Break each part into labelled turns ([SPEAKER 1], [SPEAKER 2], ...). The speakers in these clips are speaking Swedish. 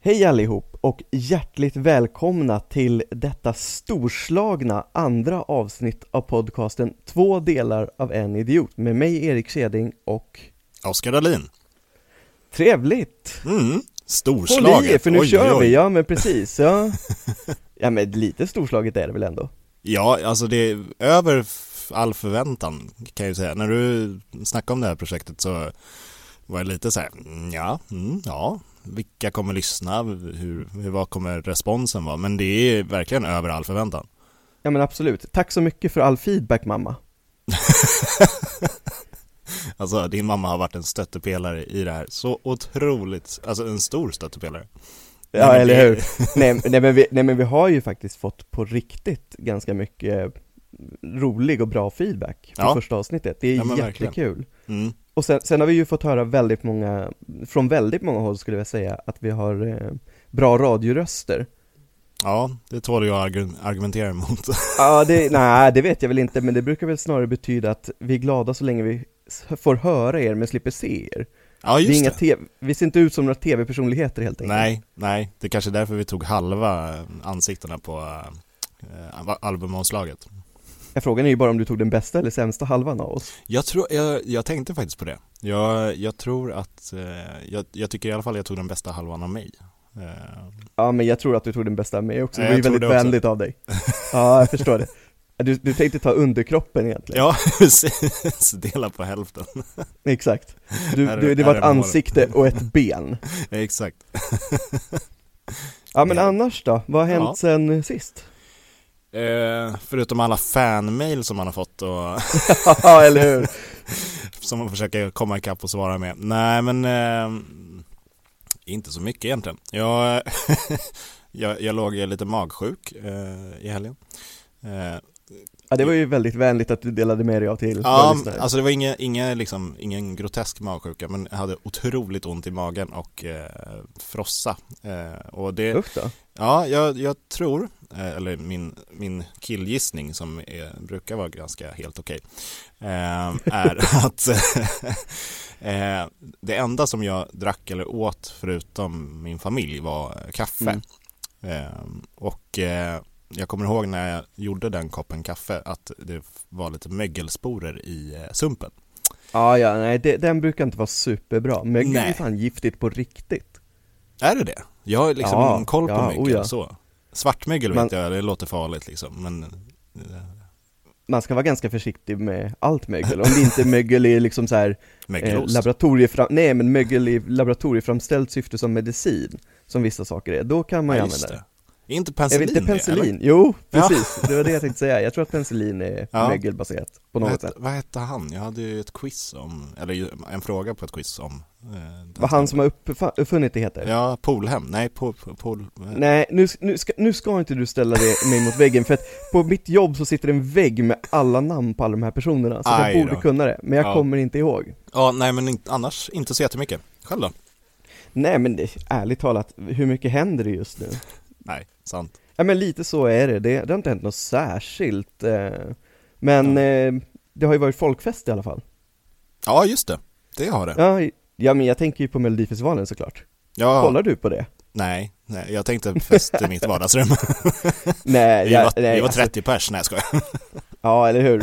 [SPEAKER 1] Hej allihop och hjärtligt välkomna till detta storslagna andra avsnitt av podcasten Två delar av en idiot med mig Erik Seding och
[SPEAKER 2] Oskar Dahlin.
[SPEAKER 1] Trevligt!
[SPEAKER 2] Mm, storslaget.
[SPEAKER 1] Håll i er, för nu kör vi, ja men precis, ja. ja men lite storslaget är det väl ändå?
[SPEAKER 2] Ja, alltså det är över f- all förväntan kan jag ju säga. När du snackade om det här projektet så var jag lite så här, mm, ja, mm, ja, vilka kommer lyssna, hur, hur, vad kommer responsen vara? Men det är verkligen över all förväntan.
[SPEAKER 1] Ja men absolut, tack så mycket för all feedback mamma
[SPEAKER 2] Alltså din mamma har varit en stöttepelare i det här, så otroligt, alltså en stor stöttepelare.
[SPEAKER 1] Ja
[SPEAKER 2] men
[SPEAKER 1] eller
[SPEAKER 2] det-
[SPEAKER 1] hur? nej, nej, men vi, nej men vi har ju faktiskt fått på riktigt ganska mycket rolig och bra feedback på
[SPEAKER 2] Ja.
[SPEAKER 1] första avsnittet, det är
[SPEAKER 2] Ja, men verkligen.
[SPEAKER 1] jättekul
[SPEAKER 2] Mm,
[SPEAKER 1] Och sen, sen har vi ju fått höra väldigt många, från väldigt många håll skulle jag säga, att vi har eh, bra radioröster
[SPEAKER 2] ja, det tål jag att argu- argumentera emot.
[SPEAKER 1] Ja, det, nej det vet jag väl inte, men det brukar väl snarare betyda att vi är glada så länge vi s- får höra er men slipper se er
[SPEAKER 2] ja,
[SPEAKER 1] det är
[SPEAKER 2] just
[SPEAKER 1] inga
[SPEAKER 2] det.
[SPEAKER 1] TV, vi ser inte ut som några tv-personligheter helt enkelt
[SPEAKER 2] Nej, nej, det är kanske är därför vi tog halva ansiktena på eh, eh, albumomslaget.
[SPEAKER 1] Ja, Frågan är ju bara om du tog den bästa eller sämsta halvan av oss
[SPEAKER 2] Jag, tror, jag, jag tänkte faktiskt på det. Jag, jag tror att, eh, jag, jag tycker i alla fall jag tog den bästa halvan av mig. Eh,
[SPEAKER 1] Ja men jag tror att du tog den bästa med också,
[SPEAKER 2] Ja,
[SPEAKER 1] det var ju
[SPEAKER 2] jag tror
[SPEAKER 1] väldigt
[SPEAKER 2] det också.
[SPEAKER 1] vänligt av dig Ja, jag förstår det du, du tänkte ta underkroppen egentligen?
[SPEAKER 2] ja, precis, dela på hälften.
[SPEAKER 1] Exakt du,
[SPEAKER 2] Här är-
[SPEAKER 1] du, Det
[SPEAKER 2] här
[SPEAKER 1] var
[SPEAKER 2] är
[SPEAKER 1] ett
[SPEAKER 2] målet.
[SPEAKER 1] ansikte och ett ben
[SPEAKER 2] Exakt.
[SPEAKER 1] Ja men
[SPEAKER 2] Ja.
[SPEAKER 1] annars då, vad har hänt
[SPEAKER 2] Eh. Ja.
[SPEAKER 1] sen sist?
[SPEAKER 2] Eh, förutom alla fanmail som man har fått och
[SPEAKER 1] Ja eller hur?
[SPEAKER 2] som man försöker komma ikapp och svara med. Nej, men eh, inte så mycket egentligen. Jag, jag, jag låg lite magsjuk eh, i helgen. Eh,
[SPEAKER 1] Ja det var ju väldigt vänligt att du delade med dig av till våra
[SPEAKER 2] ja,
[SPEAKER 1] lyssnare.
[SPEAKER 2] alltså det var inga, inga, liksom, ingen grotesk magsjuka, men jag hade otroligt ont i magen och eh, frossa. Eh, och det,
[SPEAKER 1] Usch då.
[SPEAKER 2] Ja, jag, jag tror, eh, eller min, min killgissning som är, brukar vara ganska helt okej, eh, är att eh, det enda som jag drack eller åt förutom min familj var kaffe.
[SPEAKER 1] Mm.
[SPEAKER 2] Eh, och eh, jag kommer ihåg när jag gjorde den koppen kaffe att det var lite mögelsporer i eh, sumpen.
[SPEAKER 1] Ja, ja, nej det, den brukar inte vara superbra, mögel är ju
[SPEAKER 2] Nej.
[SPEAKER 1] fan giftigt på riktigt
[SPEAKER 2] Är det det? Jag har liksom
[SPEAKER 1] Ja,
[SPEAKER 2] ingen koll på
[SPEAKER 1] ja,
[SPEAKER 2] mögel
[SPEAKER 1] oh ja.
[SPEAKER 2] så. Svartmögel vet
[SPEAKER 1] Man-
[SPEAKER 2] jag, det låter farligt liksom, men eh,
[SPEAKER 1] Man ska vara ganska försiktig med allt mögel, om det inte mögel är liksom så här, eh,
[SPEAKER 2] mögelost.
[SPEAKER 1] laboratoriefram, nej men mögel i laboratorieframställt syfte som medicin, som vissa saker är, då kan man ju
[SPEAKER 2] Ja, just
[SPEAKER 1] använda det
[SPEAKER 2] det. Är inte
[SPEAKER 1] Är
[SPEAKER 2] penicillin
[SPEAKER 1] det inte
[SPEAKER 2] det, eller?
[SPEAKER 1] penicillin? Jo,
[SPEAKER 2] Ja.
[SPEAKER 1] precis, det var det jag tänkte säga, jag tror att penicillin är
[SPEAKER 2] Ja.
[SPEAKER 1] mögelbaserat på
[SPEAKER 2] Vad
[SPEAKER 1] något sätt
[SPEAKER 2] hette, vad hette han? Jag hade ju ett quiz om, eller ju en fråga på ett quiz om... eh, den
[SPEAKER 1] Vad han som har uppfa- uppfunnit det heter?
[SPEAKER 2] Ja, Polhem. Nej, Pol... pol eh,
[SPEAKER 1] Nej, nu, nu, ska, nu ska inte du ställa det mig mot väggen, för att på mitt jobb så sitter en vägg med alla namn på alla de här personerna, så
[SPEAKER 2] Aj
[SPEAKER 1] jag
[SPEAKER 2] då.
[SPEAKER 1] borde kunna det, men jag
[SPEAKER 2] Ja.
[SPEAKER 1] kommer inte ihåg.
[SPEAKER 2] Ja, nej men inte, annars inte så jättemycket. Själv då?
[SPEAKER 1] Nej men det, ärligt talat, hur mycket händer det just nu?
[SPEAKER 2] Nej, sant.
[SPEAKER 1] Ja men lite så är det, det, det har inte hänt något särskilt, eh, men
[SPEAKER 2] Ja.
[SPEAKER 1] eh, det har ju varit folkfest i alla fall.
[SPEAKER 2] Ja, just det. Det har det.
[SPEAKER 1] Ja, ja men jag tänker ju på Melodifestivalen såklart.
[SPEAKER 2] Ja,
[SPEAKER 1] Kollar du på det?
[SPEAKER 2] nej, nej, jag tänkte fest i mitt vardagsrum.
[SPEAKER 1] Nej,
[SPEAKER 2] vi,
[SPEAKER 1] jag,
[SPEAKER 2] var,
[SPEAKER 1] nej
[SPEAKER 2] vi var
[SPEAKER 1] alltså-
[SPEAKER 2] 30 pers, nej jag skojar.
[SPEAKER 1] Ja, eller hur?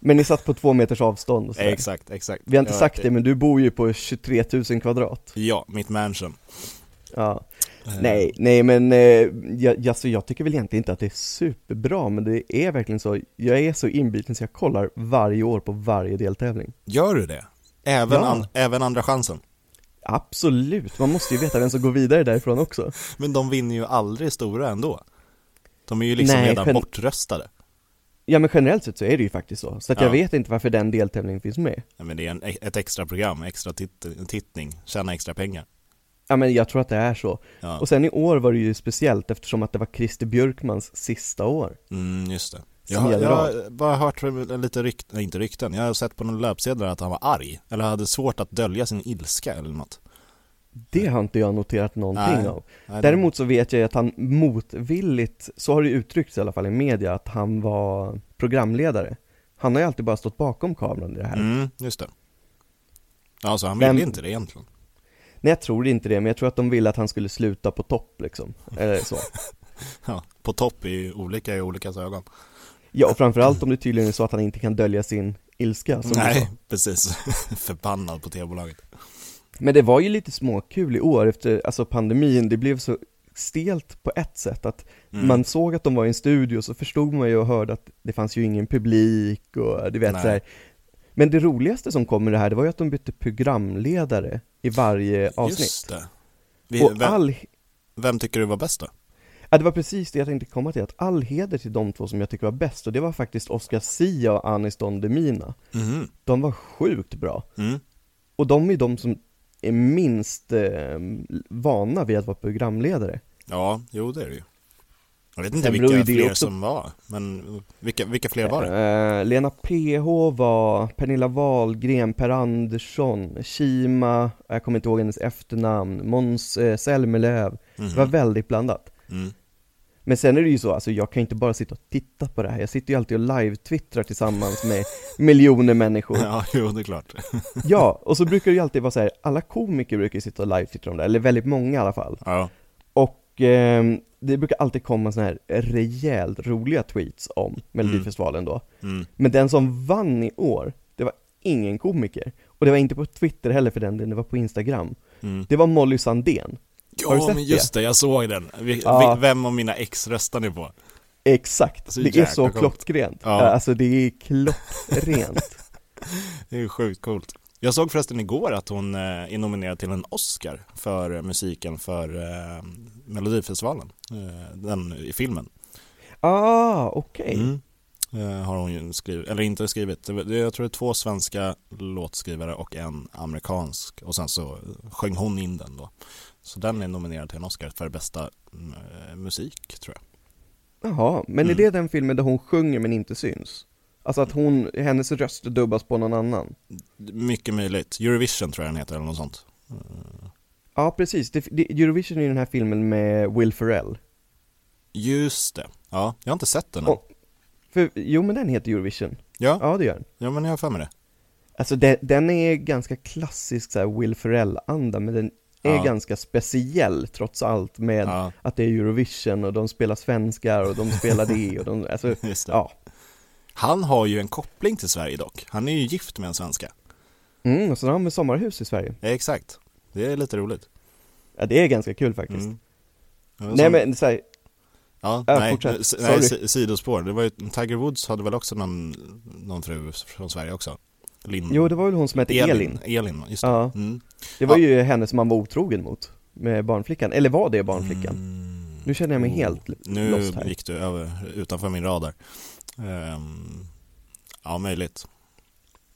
[SPEAKER 1] Men ni satt på två meters avstånd och sådär.
[SPEAKER 2] Exakt, exakt.
[SPEAKER 1] Vi har inte
[SPEAKER 2] Jag-
[SPEAKER 1] sagt det, men du bor ju på 23 000 kvadrat.
[SPEAKER 2] Ja, mitt mansion.
[SPEAKER 1] Ja.
[SPEAKER 2] Eh,
[SPEAKER 1] Nej, nej men eh, jag, jag- alltså, jag tycker väl egentligen inte att det är superbra, men det är verkligen så. Jag är så inbiten så jag kollar varje år på varje deltävling.
[SPEAKER 2] Gör du det? Även,
[SPEAKER 1] Ja.
[SPEAKER 2] an, även andra chansen?
[SPEAKER 1] Absolut, man måste ju veta vem som går vidare därifrån också.
[SPEAKER 2] Men de vinner ju aldrig stora ändå. De är ju liksom
[SPEAKER 1] Nej,
[SPEAKER 2] redan
[SPEAKER 1] gen-
[SPEAKER 2] bortröstade.
[SPEAKER 1] Ja men generellt sett så är det ju faktiskt så, så att jag
[SPEAKER 2] Ja.
[SPEAKER 1] vet inte varför den deltävlingen finns med.
[SPEAKER 2] Nej, men det är en, ett extra program, extra titt, tittning, tjäna extra pengar.
[SPEAKER 1] Ja men jag tror att det är så.
[SPEAKER 2] Ja,
[SPEAKER 1] Och sen i år var det ju speciellt eftersom att det var Christer Björkmans sista år.
[SPEAKER 2] mm, just det. Jag,
[SPEAKER 1] Som
[SPEAKER 2] har-
[SPEAKER 1] gäller
[SPEAKER 2] jag har bara hört lite rykten, nej inte rykten, jag har sett på några löpsedlar att han var arg. Eller hade svårt att dölja sin ilska eller något.
[SPEAKER 1] Det har inte jag noterat någonting
[SPEAKER 2] Nej.
[SPEAKER 1] av.
[SPEAKER 2] Nej, det-
[SPEAKER 1] Däremot så vet jag ju att han motvilligt, så har det ju uttryckts i alla fall i media, att han var programledare. Han har ju alltid bara stått bakom kameran i det här.
[SPEAKER 2] Mm, just det. Ja, så han
[SPEAKER 1] Vem-
[SPEAKER 2] ville inte det egentligen.
[SPEAKER 1] Nej jag tror inte det, men jag tror att de ville att han skulle sluta på topp liksom, eller så.
[SPEAKER 2] Ja, på topp i olika i olika ögon.
[SPEAKER 1] Ja, och framförallt om det tydligen är så att han inte kan dölja sin ilska som du sa.
[SPEAKER 2] Nej, precis. Förbannad på tv-bolaget.
[SPEAKER 1] Men det var ju lite småkul i år efter, alltså pandemin, det blev så stelt på ett sätt att
[SPEAKER 2] Mm.
[SPEAKER 1] man såg att de var i en studio så förstod man ju och hörde att det fanns ju ingen publik och du vet
[SPEAKER 2] Nej.
[SPEAKER 1] så här. Men det roligaste som kom med det här, det var ju att de bytte programledare i varje avsnitt.
[SPEAKER 2] Just det. Vi,
[SPEAKER 1] Och
[SPEAKER 2] vem,
[SPEAKER 1] all,
[SPEAKER 2] vem tycker du var bäst då?
[SPEAKER 1] ja det var precis det jag tänkte komma till, att all heder till de två som jag tycker var bäst och det var faktiskt Oscar Sia och Aniston Demina.
[SPEAKER 2] Mhm.
[SPEAKER 1] De var sjukt bra.
[SPEAKER 2] Mm.
[SPEAKER 1] Och de är de som är minst eh, vana vid att vara programledare.
[SPEAKER 2] Ja, jo det är det ju. Jag vet inte
[SPEAKER 1] Sen beror ju
[SPEAKER 2] vilka
[SPEAKER 1] det
[SPEAKER 2] fler
[SPEAKER 1] också-
[SPEAKER 2] som var, men vilka, vilka fler var det?
[SPEAKER 1] Eh, Lena PH var Pernilla Wahlgren, Per Andersson, Kima, jag kommer inte ihåg hennes efternamn, Måns eh, Zelmerlöw. Det var
[SPEAKER 2] Mhm.
[SPEAKER 1] väldigt blandat.
[SPEAKER 2] Mm.
[SPEAKER 1] Men sen är det ju så, alltså jag kan ju inte bara sitta och titta på det här. Jag sitter ju alltid och live-twittrar tillsammans med miljoner människor.
[SPEAKER 2] Ja, jo det är klart.
[SPEAKER 1] Ja, och så brukar det ju alltid vara så här, alla komiker brukar ju sitta och live-twittra om det, här, eller väldigt många i alla fall.
[SPEAKER 2] Ja.
[SPEAKER 1] Och ehm, det brukar alltid komma såna här rejält roliga tweets om Melodifestivalen då.
[SPEAKER 2] Mm.
[SPEAKER 1] Men den som vann i år, det var ingen komiker. Och det var inte på Twitter heller för den delen, det var på Instagram.
[SPEAKER 2] Mm.
[SPEAKER 1] Det var Molly Sandén. Har du
[SPEAKER 2] Ja
[SPEAKER 1] sett
[SPEAKER 2] men just det? jag såg den. Vi,
[SPEAKER 1] Ja.
[SPEAKER 2] vi, vem av mina ex röstar ni på?
[SPEAKER 1] Exakt,
[SPEAKER 2] Så
[SPEAKER 1] det är
[SPEAKER 2] Alltså, jäkla
[SPEAKER 1] så
[SPEAKER 2] coolt.
[SPEAKER 1] klockrent.
[SPEAKER 2] Ja.
[SPEAKER 1] Ja. Alltså det är klockrent.
[SPEAKER 2] Det är ju sjukt coolt. Jag såg förresten igår att hon eh, är nominerad till en Oscar för eh, musiken för eh, Melodifestivalen, eh, den i filmen.
[SPEAKER 1] ah, okej.
[SPEAKER 2] Mm. Eh, har hon ju skrivit, eller inte skrivit, Det- det- jag tror det är två svenska låtskrivare och en amerikansk och sen så sjöng hon in den då. Så den är nominerad till en Oscar för bästa mm, eh, musik tror jag.
[SPEAKER 1] Jaha, men är
[SPEAKER 2] Mm.
[SPEAKER 1] det den filmen där hon sjunger men inte syns? Alltså att hon, hennes röst dubbas på någon annan?
[SPEAKER 2] Mycket möjligt, Eurovision tror jag den heter eller något sånt.
[SPEAKER 1] Ja, precis. Det, det, Eurovision är ju den här filmen med Will Ferrell.
[SPEAKER 2] Just det, ja, jag har inte sett den än.
[SPEAKER 1] Och- För, jo, men den heter Eurovision.
[SPEAKER 2] Ja,
[SPEAKER 1] Ja, det gör den.
[SPEAKER 2] ja men jag har för mig det.
[SPEAKER 1] Alltså de- den är ganska klassisk så här Will Ferrell-anda, men den är
[SPEAKER 2] Ja.
[SPEAKER 1] ganska speciell trots allt med
[SPEAKER 2] Ja,
[SPEAKER 1] att det är Eurovision och de spelar svenskar och de spelar det och de, alltså,
[SPEAKER 2] just det.
[SPEAKER 1] ja.
[SPEAKER 2] Han har ju en koppling till Sverige dock. Han är ju gift med en svenska.
[SPEAKER 1] Mm, och så har de med sommarhus i Sverige.
[SPEAKER 2] Ja, exakt. Det är lite roligt.
[SPEAKER 1] Ja, det är ganska kul faktiskt.
[SPEAKER 2] Mm. Ja,
[SPEAKER 1] Nej
[SPEAKER 2] som- Mm.
[SPEAKER 1] men så här,
[SPEAKER 2] Ja,
[SPEAKER 1] Ja,
[SPEAKER 2] nej,
[SPEAKER 1] Äh, fortsätt.
[SPEAKER 2] s-
[SPEAKER 1] Sorry.
[SPEAKER 2] nej si- sidospår. Det var ju, Tiger Woods hade väl också någon, någon fru från Sverige också? Linn.
[SPEAKER 1] jo det var väl hon som hette Elin.
[SPEAKER 2] Elin. Elin, just det.
[SPEAKER 1] Ja,
[SPEAKER 2] Mm.
[SPEAKER 1] det var
[SPEAKER 2] Ja.
[SPEAKER 1] ju henne som man var otrogen mot med barnflickan, eller var det barnflickan?
[SPEAKER 2] Mm.
[SPEAKER 1] Nu känner jag mig
[SPEAKER 2] Oh.
[SPEAKER 1] helt
[SPEAKER 2] Nu
[SPEAKER 1] lost här.
[SPEAKER 2] gick du över, utanför min radar. Ehm, ja, möjligt.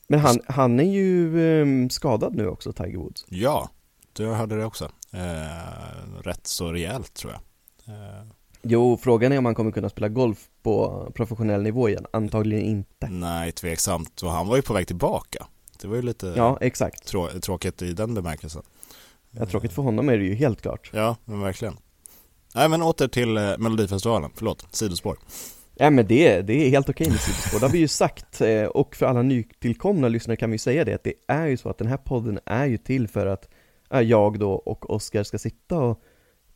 [SPEAKER 1] Men han, han är ju ehm, skadad nu också, Tiger Woods.
[SPEAKER 2] Ja, du hörde det också. Ehm, rätt så rejält tror jag. Ehm,
[SPEAKER 1] Jo, frågan är om han kommer kunna spela golf på professionell nivå igen, antagligen inte.
[SPEAKER 2] nej, tveksamt. Och han var ju på väg tillbaka. Det var ju lite
[SPEAKER 1] Ja, exakt.
[SPEAKER 2] trå- tråkigt i den bemärkelsen.
[SPEAKER 1] Ja, tråkigt för honom är det ju helt klart.
[SPEAKER 2] Ja, men verkligen. Nej, men åter till eh, Melodifestivalen. Förlåt, sidospår.
[SPEAKER 1] Ja men det, det är helt okej med sidospår, det har vi ju sagt, eh, och för alla nytillkomna lyssnare kan vi säga det, att det är ju så att den här podden är ju till för att ja, jag då och Oskar ska sitta och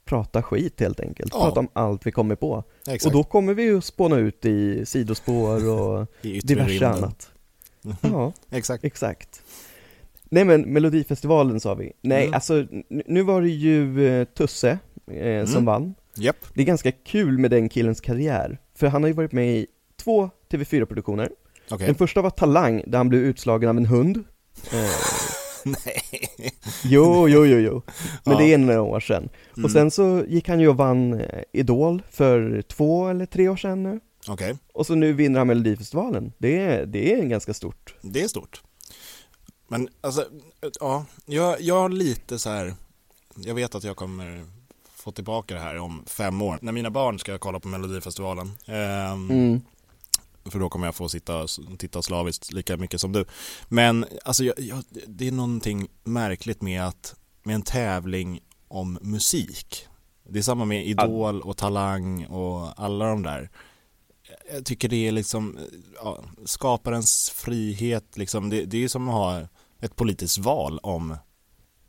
[SPEAKER 1] prata skit helt enkelt,
[SPEAKER 2] Ja.
[SPEAKER 1] prata om allt vi kommer på.
[SPEAKER 2] Exakt.
[SPEAKER 1] Och då kommer vi ju spåna ut i sidospår och
[SPEAKER 2] I yttre
[SPEAKER 1] diverse
[SPEAKER 2] rymden.
[SPEAKER 1] annat. Ja.
[SPEAKER 2] Exakt.
[SPEAKER 1] Exakt. Nej men Melodifestivalen sa vi. Nej
[SPEAKER 2] Mm.
[SPEAKER 1] alltså, n- nu var det ju eh, Tusse eh, som
[SPEAKER 2] Mm.
[SPEAKER 1] vann.
[SPEAKER 2] Japp.
[SPEAKER 1] Det är ganska kul med den killens karriär, för han har ju varit med i två TV4-produktioner.
[SPEAKER 2] Okej.
[SPEAKER 1] Den första var Talang, där han blev utslagen av en hund.
[SPEAKER 2] Nej.
[SPEAKER 1] Jo, jo, jo, jo. Men
[SPEAKER 2] Ja.
[SPEAKER 1] det är några år sedan.
[SPEAKER 2] Mm.
[SPEAKER 1] Och sen så gick han ju och vann eh, Idol för två eller tre år sedan nu.
[SPEAKER 2] Okej,
[SPEAKER 1] Och så nu vinner han Melodifestivalen. Det är, det är en ganska stort.
[SPEAKER 2] det är stort. Men alltså, ja, jag, jag har lite så här, jag vet att jag kommer få tillbaka det här om fem år. När mina barn ska kolla på Melodifestivalen. Ehm,
[SPEAKER 1] Mm.
[SPEAKER 2] För då kommer jag få sitta, titta slaviskt lika mycket som du. Men alltså, jag, jag, det är någonting märkligt med att med en tävling om musik. Det är samma med Idol och Talang och alla de där. Jag tycker det är liksom ja, skaparens frihet, liksom. det, det är som att ha ett politiskt val om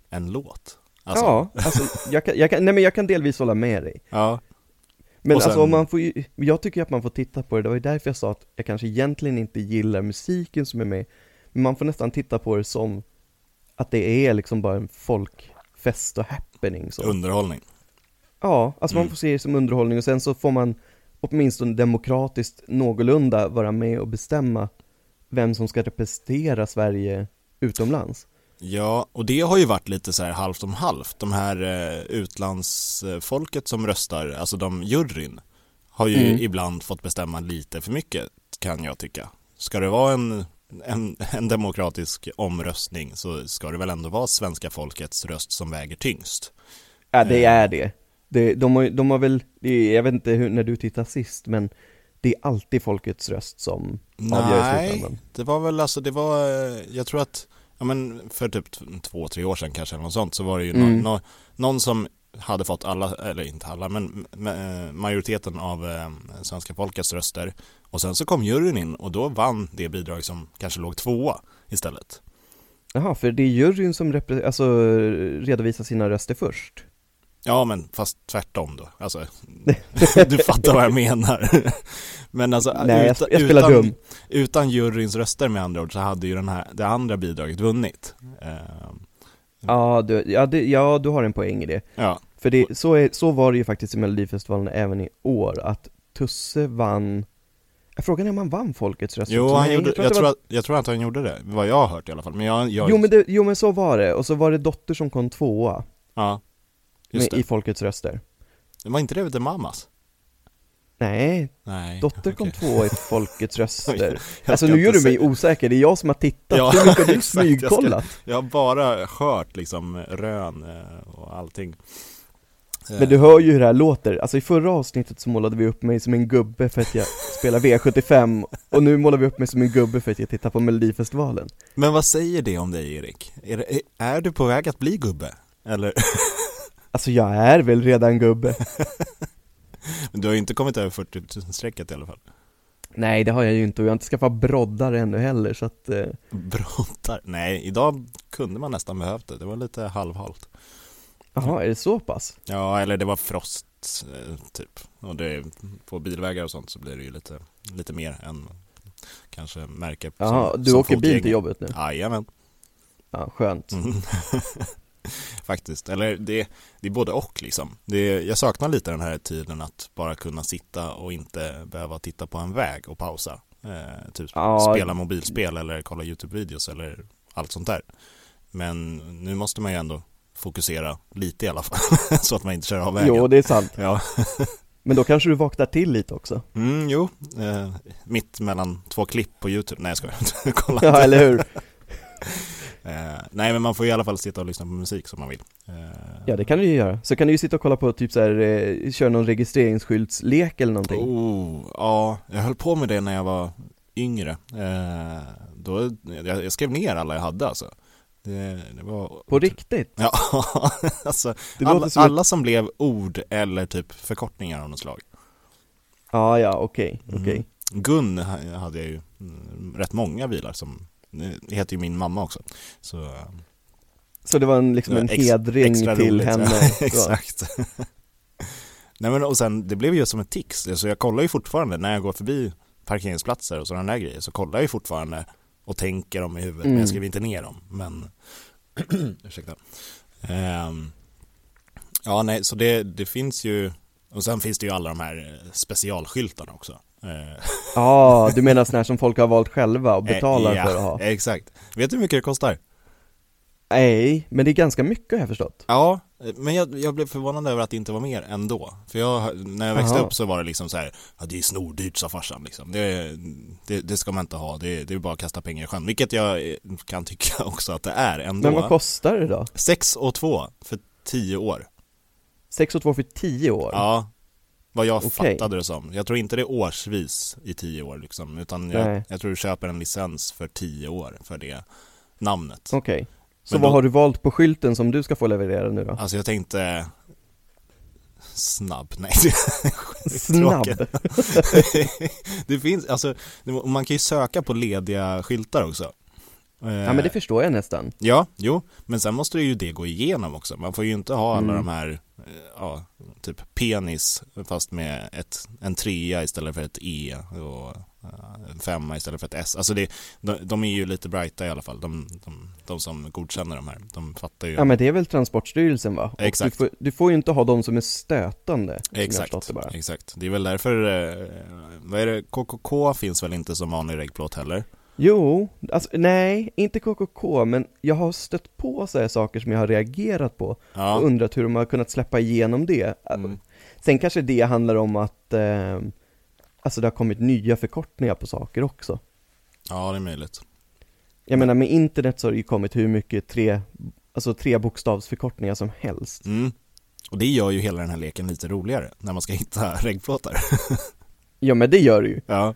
[SPEAKER 2] en låt. Alltså,
[SPEAKER 1] Ja, alltså jag kan, jag kan, nej men jag kan delvis hålla med dig.
[SPEAKER 2] ja.
[SPEAKER 1] Men
[SPEAKER 2] Och sen-
[SPEAKER 1] alltså om man får ju, jag tycker ju att man får titta på det, det var ju därför jag sa att jag kanske egentligen inte gillar musiken som är med, men man får nästan titta på det som att det är liksom bara en folkfest och happening så.
[SPEAKER 2] Underhållning.
[SPEAKER 1] Ja, alltså man
[SPEAKER 2] Mm.
[SPEAKER 1] får se det som underhållning och sen så får man åtminstone demokratiskt någorlunda vara med och bestämma vem som ska representera Sverige utomlands.
[SPEAKER 2] Ja, och det har ju varit lite så här halvt om halvt. De här eh, utlandsfolket som röstar, alltså de juryn, har ju
[SPEAKER 1] Mm.
[SPEAKER 2] ibland fått bestämma lite för mycket kan jag tycka. Ska det vara en, en, en demokratisk omröstning så ska det väl ändå vara svenska folkets röst som väger tyngst.
[SPEAKER 1] Ja, det
[SPEAKER 2] Eh.
[SPEAKER 1] är det. det de, har, de har väl, det är- jag vet inte hur, när du tittar sist, men det är alltid folkets röst som avgör i
[SPEAKER 2] Nej,
[SPEAKER 1] slutändan.
[SPEAKER 2] det var väl alltså, det var, eh, jag tror att, ja men för typ t- två, tre år sedan kanske eller något sånt, så var det ju
[SPEAKER 1] Mm.
[SPEAKER 2] någon, nå- någon som hade fått alla, eller inte alla, men m- eh, majoriteten av eh, svenska folkets röster. Och sen så kom juryn in och då vann det bidrag som kanske låg tvåa istället.
[SPEAKER 1] Jaha, för det är juryn som repre- alltså, redovisar sina röster först.
[SPEAKER 2] Ja, men fast tvärtom då. Alltså, du fattar vad jag menar. Men alltså,
[SPEAKER 1] Nej, jag,
[SPEAKER 2] utan-
[SPEAKER 1] jag spelar
[SPEAKER 2] utan-
[SPEAKER 1] dum.
[SPEAKER 2] utan juryns röster med andra ord så hade ju den här, det andra bidraget vunnit. Eh,
[SPEAKER 1] Ja du, ja, det, ja, du har en poäng i det.
[SPEAKER 2] ja,
[SPEAKER 1] För det, så, är, så var det ju faktiskt i Melodifestivalen även i år, att Tusse vann Frågan är om han vann folkets röst
[SPEAKER 2] jo,
[SPEAKER 1] också,
[SPEAKER 2] han
[SPEAKER 1] men
[SPEAKER 2] gjorde,
[SPEAKER 1] att
[SPEAKER 2] jag,
[SPEAKER 1] det
[SPEAKER 2] tror
[SPEAKER 1] var-
[SPEAKER 2] att, jag tror att han gjorde det, vad jag har hört i alla fall. Men jag, jag
[SPEAKER 1] jo, men det, jo men så var det, och så var det Dotter som kom tvåa
[SPEAKER 2] ja,
[SPEAKER 1] med,
[SPEAKER 2] just det.
[SPEAKER 1] i folkets röster
[SPEAKER 2] det. Var inte det The Mamas?
[SPEAKER 1] Nej,
[SPEAKER 2] Nej.
[SPEAKER 1] Dotter kom
[SPEAKER 2] okej.
[SPEAKER 1] tvåa i Folkets röster.
[SPEAKER 2] Jag
[SPEAKER 1] Alltså
[SPEAKER 2] ska
[SPEAKER 1] nu gör
[SPEAKER 2] inte
[SPEAKER 1] du mig
[SPEAKER 2] säga-
[SPEAKER 1] osäker, det är jag som har tittat.
[SPEAKER 2] Ja,
[SPEAKER 1] Hur mycket har du
[SPEAKER 2] exakt, jag ska-
[SPEAKER 1] smygkollat?
[SPEAKER 2] Jag har bara hört liksom rön eh, och allting. Eh,
[SPEAKER 1] Men du hör ju hur det här låter. Alltså i förra avsnittet så målade vi upp mig som en gubbe för att jag spelar V75 och nu målar vi upp mig som en gubbe för att jag tittar på Melodifestivalen.
[SPEAKER 2] Men vad säger det om dig Erik? Är, det- är du på väg att bli gubbe? Eller,
[SPEAKER 1] Alltså jag är väl redan gubbe?
[SPEAKER 2] du har ju inte kommit över 40 000-strecket i alla fall.
[SPEAKER 1] Nej det har jag ju inte och jag har inte skaffat broddar ännu heller så att eh,
[SPEAKER 2] Brottar? Nej, idag kunde man nästan behövt det. Det var lite halvhalt.
[SPEAKER 1] jaha är det så pass?
[SPEAKER 2] Ja, eller det var frost eh, typ. Och det, på bilvägar och sånt så blir det ju lite, lite mer än kanske märker
[SPEAKER 1] Jaha, du åker bil till jobbet nu?
[SPEAKER 2] Jajamän,
[SPEAKER 1] Ja, skönt.
[SPEAKER 2] Mm. faktiskt. Eller det, det är både och liksom. Det, jag saknar lite den här tiden att bara kunna sitta och inte behöva titta på en väg och pausa. Eh, typ
[SPEAKER 1] Ja.
[SPEAKER 2] spela mobilspel eller kolla YouTube-videos eller allt sånt där. Men nu måste man ju ändå fokusera lite i alla fall så att man inte kör av vägen.
[SPEAKER 1] Jo det är sant.
[SPEAKER 2] Ja.
[SPEAKER 1] Men då kanske du vaknar till lite också?
[SPEAKER 2] Mm, jo. Eh, mitt mellan två klipp på YouTube. Nej, jag skojar. Jag kollar
[SPEAKER 1] Ja
[SPEAKER 2] inte.
[SPEAKER 1] eller hur?
[SPEAKER 2] Eh, nej, men man får i alla fall sitta och lyssna på musik som man vill. Eh,
[SPEAKER 1] Ja det kan du ju göra, så kan du ju sitta och kolla på typ så här, eh, köra någon registreringsskyltslek eller någonting
[SPEAKER 2] Oh, ja, jag höll på med det när jag var yngre. Eh, då, jag, jag skrev ner alla jag hade alltså. Det, det var...
[SPEAKER 1] På riktigt?
[SPEAKER 2] Ja, alltså
[SPEAKER 1] Det
[SPEAKER 2] Oh. alla,
[SPEAKER 1] låter som ett...
[SPEAKER 2] alla som blev ord eller typ förkortningar av något slag.
[SPEAKER 1] Ja ja, okej,
[SPEAKER 2] Mm.
[SPEAKER 1] okej
[SPEAKER 2] Gun ha- hade jag ju mm, rätt många bilar som, det heter ju min mamma också. Så eh,
[SPEAKER 1] Så det var en, liksom en
[SPEAKER 2] Det var ex-
[SPEAKER 1] hedring
[SPEAKER 2] extra
[SPEAKER 1] till
[SPEAKER 2] roligt, ja.
[SPEAKER 1] henne? Så.
[SPEAKER 2] Exakt. Nej men och sen, det blev ju som ett tics. Så jag kollar ju fortfarande när jag går förbi parkeringsplatser och sådana där grejer så kollar jag ju fortfarande och tänker dem i huvudet men
[SPEAKER 1] Mm.
[SPEAKER 2] jag skriver inte ner dem. Men, ursäkta. Ehm, ja nej, så det, det finns ju, och sen finns det ju alla de här eh, specialskyltarna också. Eh,
[SPEAKER 1] Ja, du menar sådana här som folk har valt själva och betalar
[SPEAKER 2] eh, ja,
[SPEAKER 1] för att ha?
[SPEAKER 2] Exakt. Vet du hur mycket det kostar?
[SPEAKER 1] Nej, men det är ganska mycket har jag förstått
[SPEAKER 2] Ja, men jag, jag blev förvånad över att det inte var mer ändå. För jag, när jag växte
[SPEAKER 1] Aha.
[SPEAKER 2] upp så var det liksom så här, ja, det är snordyrt sa farsan liksom. Det, det, det ska man inte ha, det, det är bara att kasta pengar i sjön. Vilket jag eh, kan tycka också att det är ändå.
[SPEAKER 1] Men vad kostar det då?
[SPEAKER 2] 6 och 2 för 10 år.
[SPEAKER 1] 6 och 2 för 10 år?
[SPEAKER 2] Ja, vad jag
[SPEAKER 1] Okej.
[SPEAKER 2] fattade det som. Jag tror inte det är årsvis i 10 år liksom, utan jag,
[SPEAKER 1] Nej.
[SPEAKER 2] jag tror du köper en licens för 10 år för det namnet.
[SPEAKER 1] Okej Så
[SPEAKER 2] Men
[SPEAKER 1] vad
[SPEAKER 2] då-
[SPEAKER 1] har du valt på skylten som du ska få leverera nu då?
[SPEAKER 2] Alltså jag tänkte snabb, nej
[SPEAKER 1] Snabb!
[SPEAKER 2] tråkigt. det finns, alltså, det- och man kan ju söka på lediga skyltar också.
[SPEAKER 1] Ja men det förstår jag nästan.
[SPEAKER 2] Ja, jo, men sen måste ju det gå igenom också. Man får ju inte ha alla
[SPEAKER 1] Mm.
[SPEAKER 2] de här, eh, ja, typ penis fast med ett, en trea istället för ett E och eh, en femma istället för ett S. Alltså det, de, de är ju lite brighta i alla fall, de, de, de som godkänner de här. De fattar ju.
[SPEAKER 1] Ja men det är väl Transportstyrelsen va? Och Du
[SPEAKER 2] Exakt.
[SPEAKER 1] får, du får ju inte ha dem som är stötande. som jag förstått
[SPEAKER 2] Exakt,
[SPEAKER 1] det bara.
[SPEAKER 2] exakt. Det är väl därför, eh, vad är det, KKK finns väl inte som vanlig regplåt heller?
[SPEAKER 1] Jo, alltså nej, inte KKK, men jag har stött på så här saker som jag har reagerat på och
[SPEAKER 2] Ja,
[SPEAKER 1] undrat hur de har kunnat släppa igenom det.
[SPEAKER 2] mm.
[SPEAKER 1] Sen kanske det handlar om att eh, alltså det har kommit nya förkortningar på saker också.
[SPEAKER 2] ja det är möjligt.
[SPEAKER 1] Jag menar med internet så har det ju kommit hur mycket tre, alltså tre bokstavsförkortningar som helst.
[SPEAKER 2] Mm. Och det gör ju hela den här leken lite roligare, när man ska hitta regplåtar.
[SPEAKER 1] Ja men det gör det ju.
[SPEAKER 2] Ja,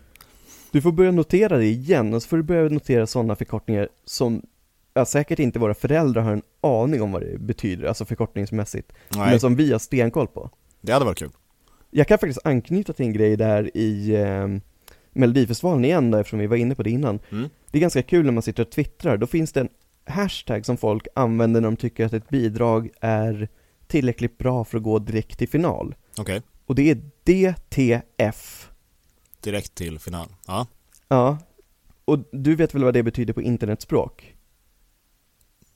[SPEAKER 1] Du får börja notera det igen och så får du börja notera sådana förkortningar som ja, säkert inte våra föräldrar har en aning om vad det betyder, alltså förkortningsmässigt,
[SPEAKER 2] nej,
[SPEAKER 1] men som vi har stenkoll på.
[SPEAKER 2] det hade varit kul.
[SPEAKER 1] Jag kan faktiskt anknyta till en grej där i eh, Melodifestivalen igen då, eftersom vi var inne på det innan.
[SPEAKER 2] Mm.
[SPEAKER 1] Det är ganska kul när man sitter och twittrar, då finns det en hashtag som folk använder när de tycker att ett bidrag är tillräckligt bra för att gå direkt till final.
[SPEAKER 2] Okej,
[SPEAKER 1] Och det är DTF.
[SPEAKER 2] direkt till final. Ja,
[SPEAKER 1] Ja. Och du vet väl vad det betyder på internetspråk?